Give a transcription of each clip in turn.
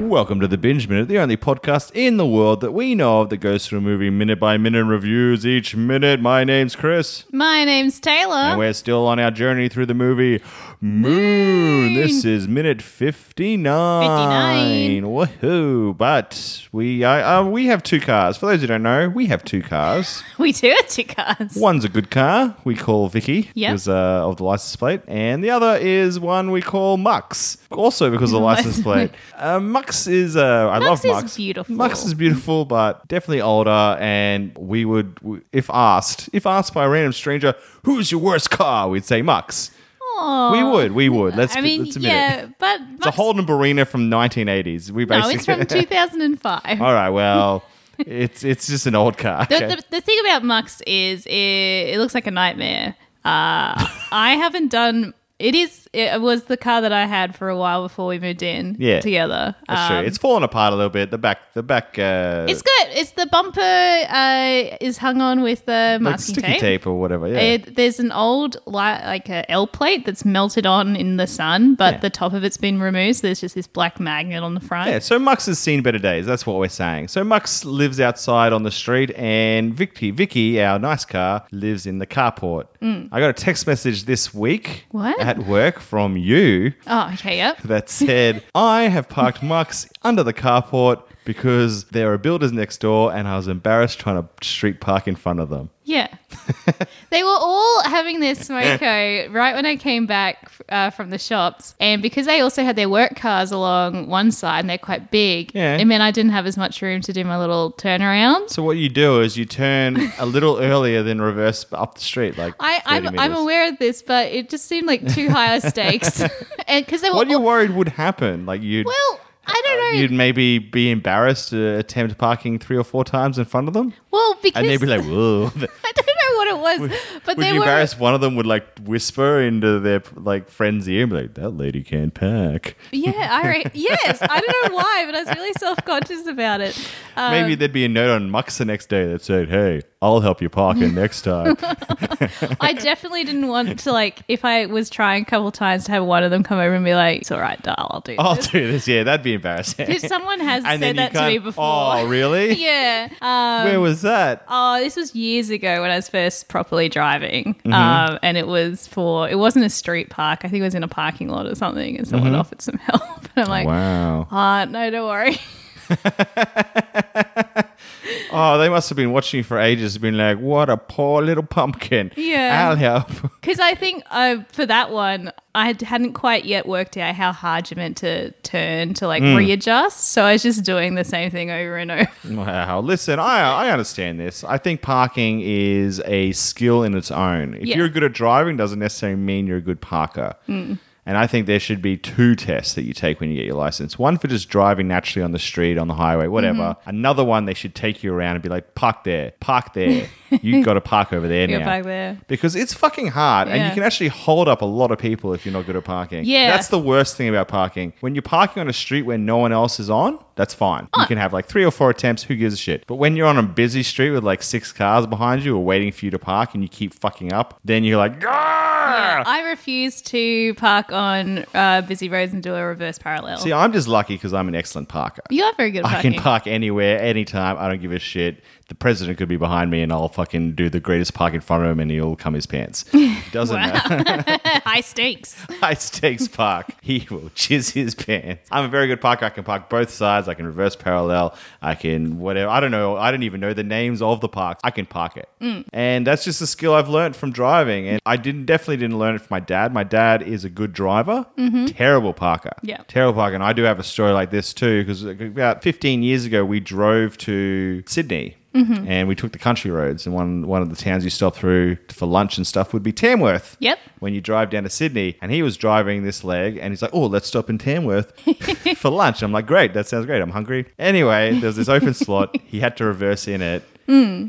welcome to the Binge Minute, the only podcast in the world that we know of that goes through a movie minute by minute and reviews each minute. My name's Chris, My name's and Taylor. we're still on our journey through the movie Moon. This is minute 59. 59. Woohoo! But we uh, uh, we have two cars. For those who don't know, we have two cars. We do have two cars. One's a good car we call Vicky Yeah. because uh, of the license plate, and the other is one we call Mux, also because of the license plate. Uh, Mux is uh, I Mux love is Mux. beautiful. Mux is beautiful, but definitely older. And we would, w- if asked, if asked by a random stranger, "Who's your worst car?" We'd say Mux. Aw. We would, we would. Let's, Oh, I mean, let's admit it. yeah, but It's a Mux- Holden Barina from 1980s. We No, basically. it's from 2005. All right, well, it's it's just an old car. the, okay? the, the thing about Mux is it, it looks like a nightmare. Uh, I haven't done. It is. It was the car that I had for a while before we moved in. Yeah. together. That's true. Um, It's fallen apart a little bit. The back, the back, uh, it's good. It's the bumper uh, is hung on with the masking like sticky tape. or whatever. Yeah, It, there's an old li- like a L plate that's melted on in the sun, but Yeah. the top of it's been removed. So there's just this black magnet on the front. yeah. So Mux has seen better days. That's what we're saying. So Mux lives outside on the street, and Vicky, Vicky, our nice car, lives in the carport. I got a text message this week Mm. What? at work from you Oh, okay, yep. that said, "I have parked Mux under the carport." Because there are builders next door, and I was embarrassed trying to street park in front of them. Yeah. they were all having their smoko right when I came back uh, from the shops. And because they also had their work cars along one side and they're quite big, Yeah. it meant I didn't have as much room to do my little turnaround. So what you do is you turn a little earlier than reverse up the street, like I, 30 I'm, I'm meters. aware of this, but it just seemed like too high a stakes. Because they were What are you all- worried would happen? Like you'd well, I don't know. you'd maybe be embarrassed to attempt parking three or four times in front of them, well, because and they'd be like, "Whoa." I don't know what it was, but Would they you were. embarrassed? One of them would like whisper into their like friend's ear and be like, "That lady can't pack." Yeah, I re- yes, I don't know why, but I was really self conscious about it. Um, Maybe there'd be a note on Mux the next day that said, "Hey, I'll help you park in next time." I definitely didn't want to like if I was trying a couple times to have one of them come over and be like, "It's all right, doll, I'll do." I'll this." do this. Yeah, that'd be embarrassing. 'Cause someone has Oh. And said then you that to me can't- before. Oh, really? yeah. Um, Where was that? Oh, this was years ago when I was first properly driving, Mm-hmm. um, and it was for it wasn't a street park. I think it was in a parking lot or something, and someone offered some help, and I'm like, Mm-hmm. Oh, wow. "Ah, no, don't worry." Oh, they must have been watching you for ages, been like, "What a poor little pumpkin." Yeah. I'll help. Because I think uh, for that one, I had- hadn't quite yet worked out how hard you meant to turn to Mm. like readjust. So I was just doing the same thing over and over. Wow. Listen, I I understand this. I think parking is a skill in its own. If Yeah. you're good at driving, doesn't necessarily mean you're a good parker. And I think there should be two tests that you take when you get your license. One for just driving naturally on the street, on the highway, whatever. Another one they should take you around and be like, "Park there, park there. you got to park over there You now." gotta park there. Because it's fucking hard, and you Yeah. can actually hold up a lot of people if you're not good at parking. Yeah. that's the worst thing about parking. When you're parking on a street where no one else is on, that's fine. You can have like three or four attempts. Who gives a shit? But when you're on a busy street with like six cars behind you, or waiting for you to park, and you keep fucking up, then you're like, Yeah, "Gah!" I refuse to park on uh, busy roads and do a reverse parallel. See, I'm just lucky because I'm an excellent parker. you are very good at I parking. can park anywhere, anytime. I don't give a shit. The president could be behind me, and I'll fucking do the greatest park in front of him, and he'll come his pants. Doesn't matter. High stakes. high stakes park, he will jizz his pants. I'm a very good parker. I can park both sides. I can reverse parallel. I can whatever. I don't know. I don't even know the names of the parks. I can park it. And that's just a skill I've learned from driving. And I didn't definitely didn't learn it from my dad. My dad is a good driver, terrible parker. Yeah. Terrible parker. And I do have a story like this too, because about 15 years ago, we drove to Sydney. And we took the country roads, and one one of the towns you stop through for lunch and stuff would be Tamworth Yep. when you drive down to Sydney. And he was driving this leg and he's like, oh, let's stop in Tamworth for lunch. I'm like, great, that sounds great. I'm hungry. Anyway, there was this open slot. He had to reverse in it.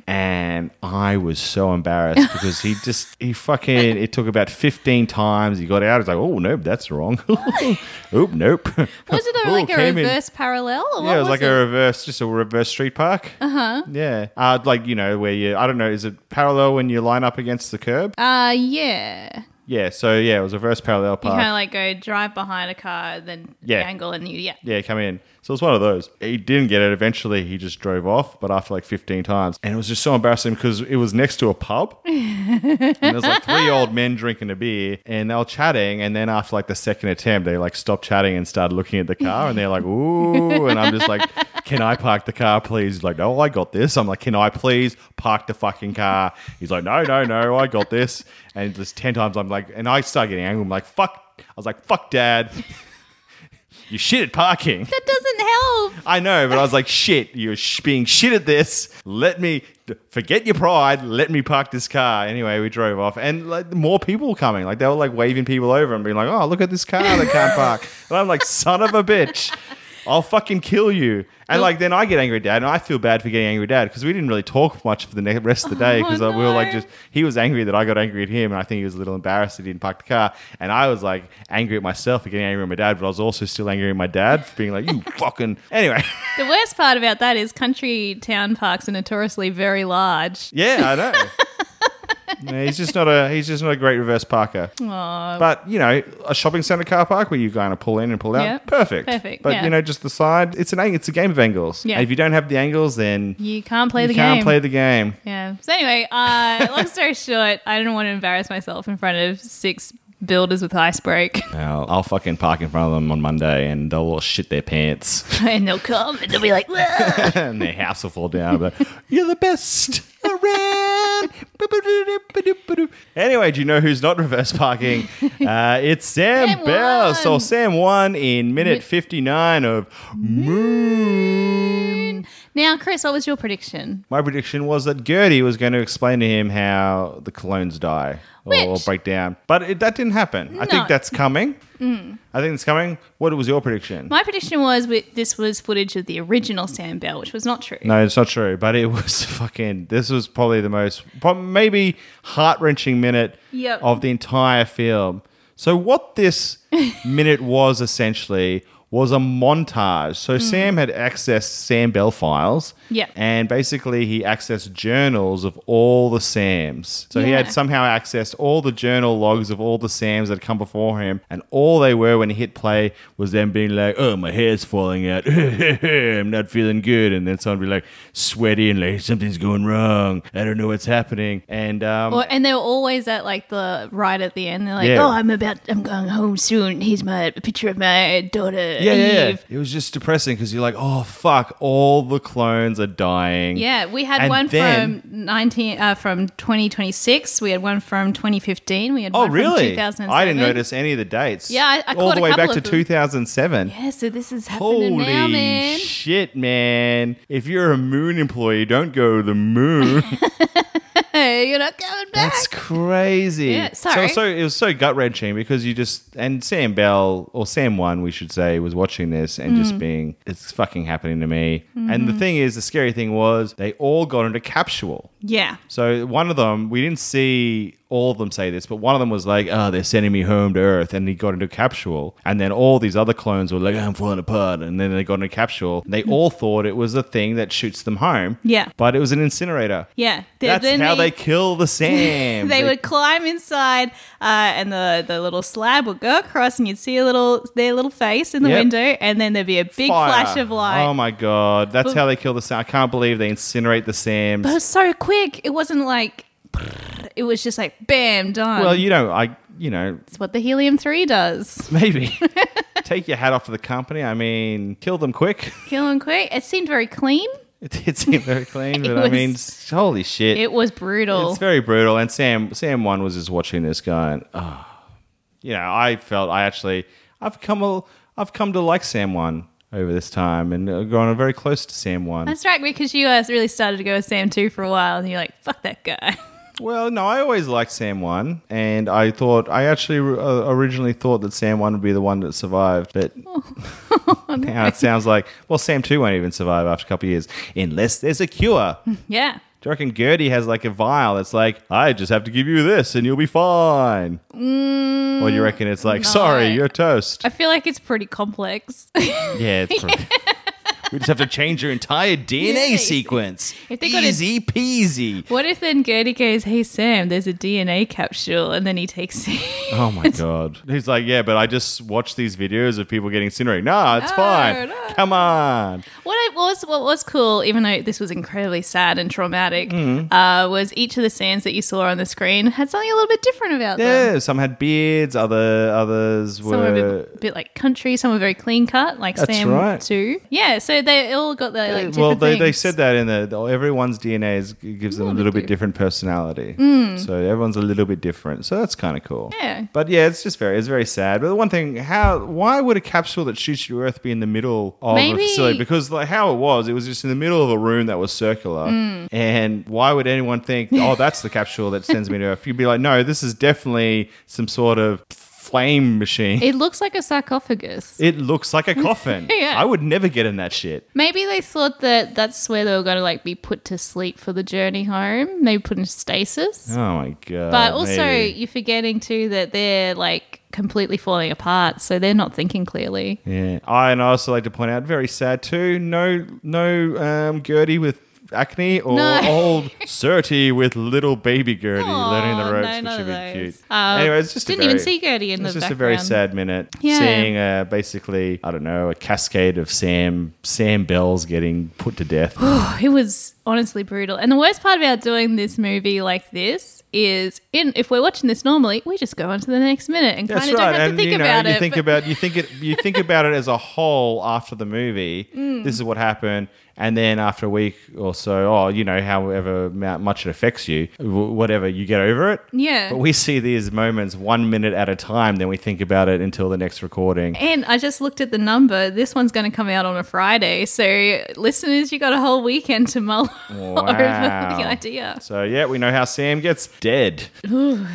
And I was so embarrassed because he just, he fucking, it took about 15 times. He got out. He's like, oh, nope, that's wrong. Oop, nope. Was it a, Ooh, like a came in. reverse parallel? Or Yeah, what it was like a reverse, just a reverse street park. Uh huh. Yeah. Uh, like, you know, where you, I don't know, is it parallel when you line up against the curb? Uh, yeah. Yeah, so yeah, it was a reverse parallel You park. kind of like go drive behind a car, then Yeah. angle, and you yeah. Yeah, come in. So it was one of those. He didn't get it. Eventually, he just drove off, but after like 15 times. And it was just so embarrassing because it was next to a pub. and there's like three old men drinking a beer and they were chatting. And then after like the second attempt, they like stopped chatting and started looking at the car. And they're like, ooh. And I'm just like, can I park the car, please? He's like, no, I got this. I'm like, can I please park the fucking car? He's like, no, no, no, I got this. And just 10 times I'm like, and I started getting angry. I'm like, fuck. I was like, fuck, dad. You shit at parking. That doesn't help. I know, but I was like, shit, you're sh- being shit at this. Let me forget your pride. Let me park this car. Anyway, we drove off, and like more people were coming. Like they were like waving people over and being like, oh, look at this car that can't park. And I'm like, son of a bitch. I'll fucking kill you. And like, then I get angry at dad, and I feel bad for getting angry at dad because we didn't really talk much for the ne- rest of the day Oh, because we were like no. just, he was angry that I got angry at him, and I think he was a little embarrassed that he didn't park the car. And I was like angry at myself for getting angry at my dad, but I was also still angry at my dad for being like, you fucking. Anyway. The worst part about that is country town parks are notoriously very large. Yeah, I know. No, he's just not a he's just not a great reverse parker. Aw, But you know, a shopping center car park where you're going to pull in and pull out, Yeah. perfect. Perfect, But yeah. you know, just the side. It's an ang- it's a game of angles. Yeah. And if you don't have the angles, then you can't play you the can't game. play the game. yeah. So anyway, uh, long story short, I didn't want to embarrass myself in front of six builders with ice break, Now, I'll fucking park in front of them on Monday, and they'll all shit their pants, and they'll come and they'll be like, "Whoa." and their house will fall down. But you're the best around. Anyway, do you know who's not reverse parking? Uh, it's Sam, Sam Bell. won. So Sam won in minute fifty-nine of Moon. now, Chris, what was your prediction? My prediction was that Gertie was going to explain to him how the clones die or Which- break down, but it, that didn't happen. I No. Mm. think that's coming. I think it's coming. What was your prediction? My prediction was wi- this was footage of the original Sam Bell, which was not true. No, it's not true. But it was fucking. This was probably the most, prob- maybe heart wrenching minute Yep. of the entire film. So what this minute was essentially was a montage. So Sam had accessed Sam Bell files. Mm-hmm. Yep. And basically he accessed journals of all the Sams. So he Yeah. had somehow accessed all the journal logs of all the Sams that had come before him. And all they were when he hit play was them being like, oh, my hair's falling out. I'm not feeling good. And then someone would be like, sweaty and like, something's going wrong. I don't know what's happening. And um, Or, and they were always at like the right at the end. They're like, Yeah. "Oh, I'm about, I'm going home soon. Here's my a picture of my daughter yeah, yeah, yeah. Eve." It was just depressing because you're like, oh fuck, all the clones are dying. Yeah, we had And one then- from nineteen uh, from twenty twenty six. We had one from twenty fifteen. We had Oh one from really? two thousand. I didn't notice any of the dates. Yeah, I- I all caught the a way back couple to of them. 2007. Yeah, so this is happening Holy now, man. shit, man! If you're a moon employee, don't go to the moon. Hey, you're not coming back. That's crazy. Yeah, So, sorry. so it was so gut wrenching because you just and Sam Bell or Sam One, we should say, was watching this and Mm. just being, it's fucking happening to me. And the Mm-hmm. thing is, the scary thing was they all got into capsule. yeah. So one of them, we didn't see all of them say this, but one of them was like, "Oh, they're sending me home to Earth," and he got into capsule. And then all these other clones were like, "Ah, "I'm falling apart," and then they got into capsule. And they all thought it was a thing that shoots them home. Hmm. Yeah. but it was an incinerator. Yeah. Th- That's then how they, kill the Sam. they would climb inside, uh, and the, the little slab would go across, and you'd see a little their little face in the Yep. window, and then there'd be a big Fire. flash of light. Oh my god, that's But- how they kill the Sam. I can't believe they incinerate the Sams. but it was so quick. It wasn't like it was just like bam done. well, you know, I, you know, it's what the helium three does. maybe take your hat off for the company. I mean, kill them quick. Kill and quick. It seemed very clean. It did seem very clean, It but I was- mean, s- holy shit. It was brutal. it's very brutal. And Sam, Sam one was just watching this guy, and oh, you know, I felt I actually, I've come, a, I've come to like Sam one over this time, and uh, grown very close to Sam one. That's right, because you uh, really started to go with Sam too for a while, and you're like, "Fuck that guy." Well, no, I always liked Sam one, and I thought, I actually uh, originally thought that Sam one would be the one that survived, but now it sounds like, well, Sam two won't even survive after a couple of years unless there's a cure. yeah. Do you reckon Gertie has like a vial that's like, I just have to give you this and you'll be fine? or do you reckon it's like, sorry, no. you're toast? I feel like it's pretty complex. yeah, it's pretty. We just have to change your entire DNA Yeah. sequence. If they got a- Easy peasy. What if then Gertie goes, "Hey Sam, there's a DNA capsule," and then he takes it? Oh my god. He's like, yeah, but I just watch these videos of people getting incinerated. Nah, it's No, fine. no. Come on. What I was what was cool, even though this was incredibly sad and traumatic, Mm-hmm. uh, was each of the Sands that you saw on the screen had something a little bit different about them. Yeah, some had beards, other others Some were a were bit, bit like country, some were very clean cut, like That's Sam right. too. Yeah, so they all got their like different well, they, they things. said that in the the- everyone's DNA is, gives them a Little little bit bit different personality, so everyone's a little bit different. So that's kind of cool. Mm. Yeah. But yeah, it's just very it's very sad. But the one thing, how why would a capsule that shoots to Earth be in the middle of Maybe- a facility? Because like how it was, it was just in the middle of a room that was circular. Mm. And why would anyone think, oh, that's the capsule that sends me to Earth? You'd be like, no, this is definitely some sort of flame machine. It- it looks like a sarcophagus. looks like a coffin. Yeah. I would never get in that shit. Maybe they thought that that's where they were going to like be put to sleep for the journey home. Maybe put in stasis. Oh my god! But also, maybe. you're forgetting too that they're like completely falling apart, so they're not thinking clearly. Yeah. I and I also like to point out, very sad too. No, no, um, Gertie with acne or No. old Certy with little baby Gertie Aw, learning the no, ropes, none which would of be those. cute. Um, anyway, it's just a Didn't very, even see Gertie in the It's just a background. very sad minute Yeah. seeing uh, basically I don't know a cascade of Sam Sam Bells getting put to death. It was honestly brutal. And the worst part about doing this movie like this is, in if we're watching this normally, we just go on to the next minute and kind of don't have to and think you know, about you it. think but- about you think it you think about it as a whole after the movie. Mm. This is what happened, and then after a week or so, oh, you know, however mu- much it affects you, w- whatever, you get over it. yeah. But we see these moments one minute at a time. Then we think about it until the next recording. and I just looked at the number. This one's going to come out on a Friday. So, listeners, you got a whole weekend to mull over the Wow. idea. So yeah, we know how Sam gets dead.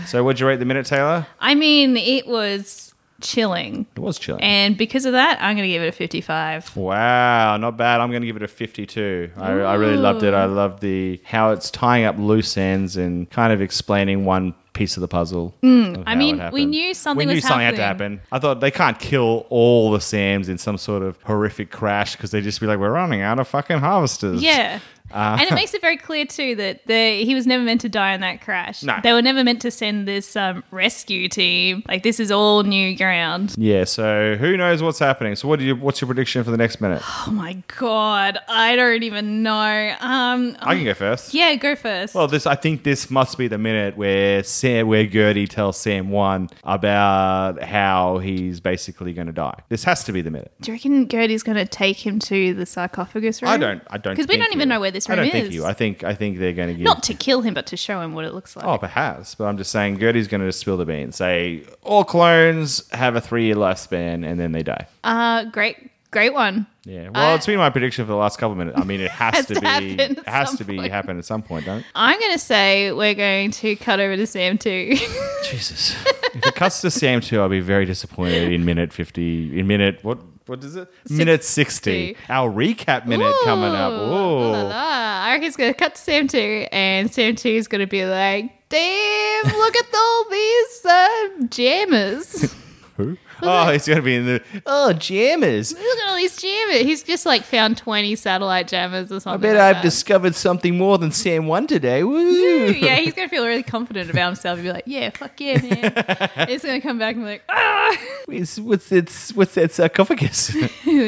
so would you rate the minute, Taylor? I mean, it was chilling. It was chilling. And because of that, I'm going to give it a 55. Wow, not bad. I'm going to give it a 52. I, I really loved it. I loved the how it's tying up loose ends and kind of explaining one piece of the puzzle. of how it Hmm, mean, we happened. knew something We knew was something had to happening. happen. I thought they can't kill all the Sams in some sort of horrific crash because they just be like, we're running out of fucking harvesters. Yeah. Uh, and it makes it very clear too that the, he was never meant to die in that crash. No. They were never meant to send this um, rescue team. Like this is all new ground. Yeah. So who knows what's happening? So what do you? What's your prediction for the next minute? Oh my god, I don't even know. Um, I can go first. yeah, go first. Well, Oh, this I think this must be the minute where Sam, where Gertie tells Sam one about how he's basically going to die. This has to be the minute. Do you reckon Gertie's going to take him to the sarcophagus room? I don't. I don't. 'Cause we think don't even you. know where this I room don't think is. you. I think. I think they're going to give. Not to kill him, but to show him what it looks like. Oh, perhaps, but I'm just saying Gertie's going to spill the beans. Say all clones have a three-year lifespan and then they die. Uh, great, great one. Yeah. Well, I- it's been my prediction for the last couple of minutes. I mean, it has, Has to, to be. happen at It has some to be point. happen at some point, don't? it? I'm going to say we're going to cut over to Sam too. Jesus. if it cuts to Sam too, I'll be very disappointed in minute fifty. In minute what? What is it? Minute sixty. Our recap minute coming up. Ooh, Ooh. la la la. I reckon he's going to cut to Sam 2, and Sam 2 is going to be like, damn, look at all these uh, jammers. Who? Oh, it's gonna be in the oh jammers. look at all these jammers. He's just like found 20 satellite jammers or I something. bet like I've that. discovered something more than Sam one today. Woo! Ooh, yeah, he's going to feel really confident about himself. He'll be like, yeah, fuck yeah, man. And he's going to come back and be like, ah, It's- what's it's what's that sarcophagus?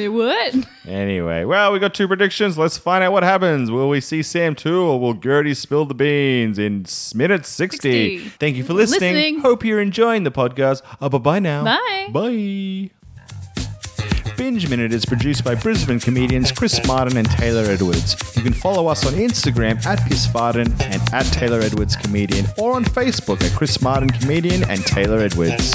what? anyway, well, we got two predictions. Let's find out what happens. Will we see Sam too, or will Gertie spill the beans in s- minute 60. 60? Thank you for listening. Listening. Hope you're enjoying the podcast. Uh, bye bye now. Bye. Bye. Binge Minute is produced by Brisbane comedians Chris Martin and Taylor Edwards. You can follow us on Instagram at Chris Martin and at Taylor Edwards Comedian or on Facebook at Chris Martin Comedian and Taylor Edwards.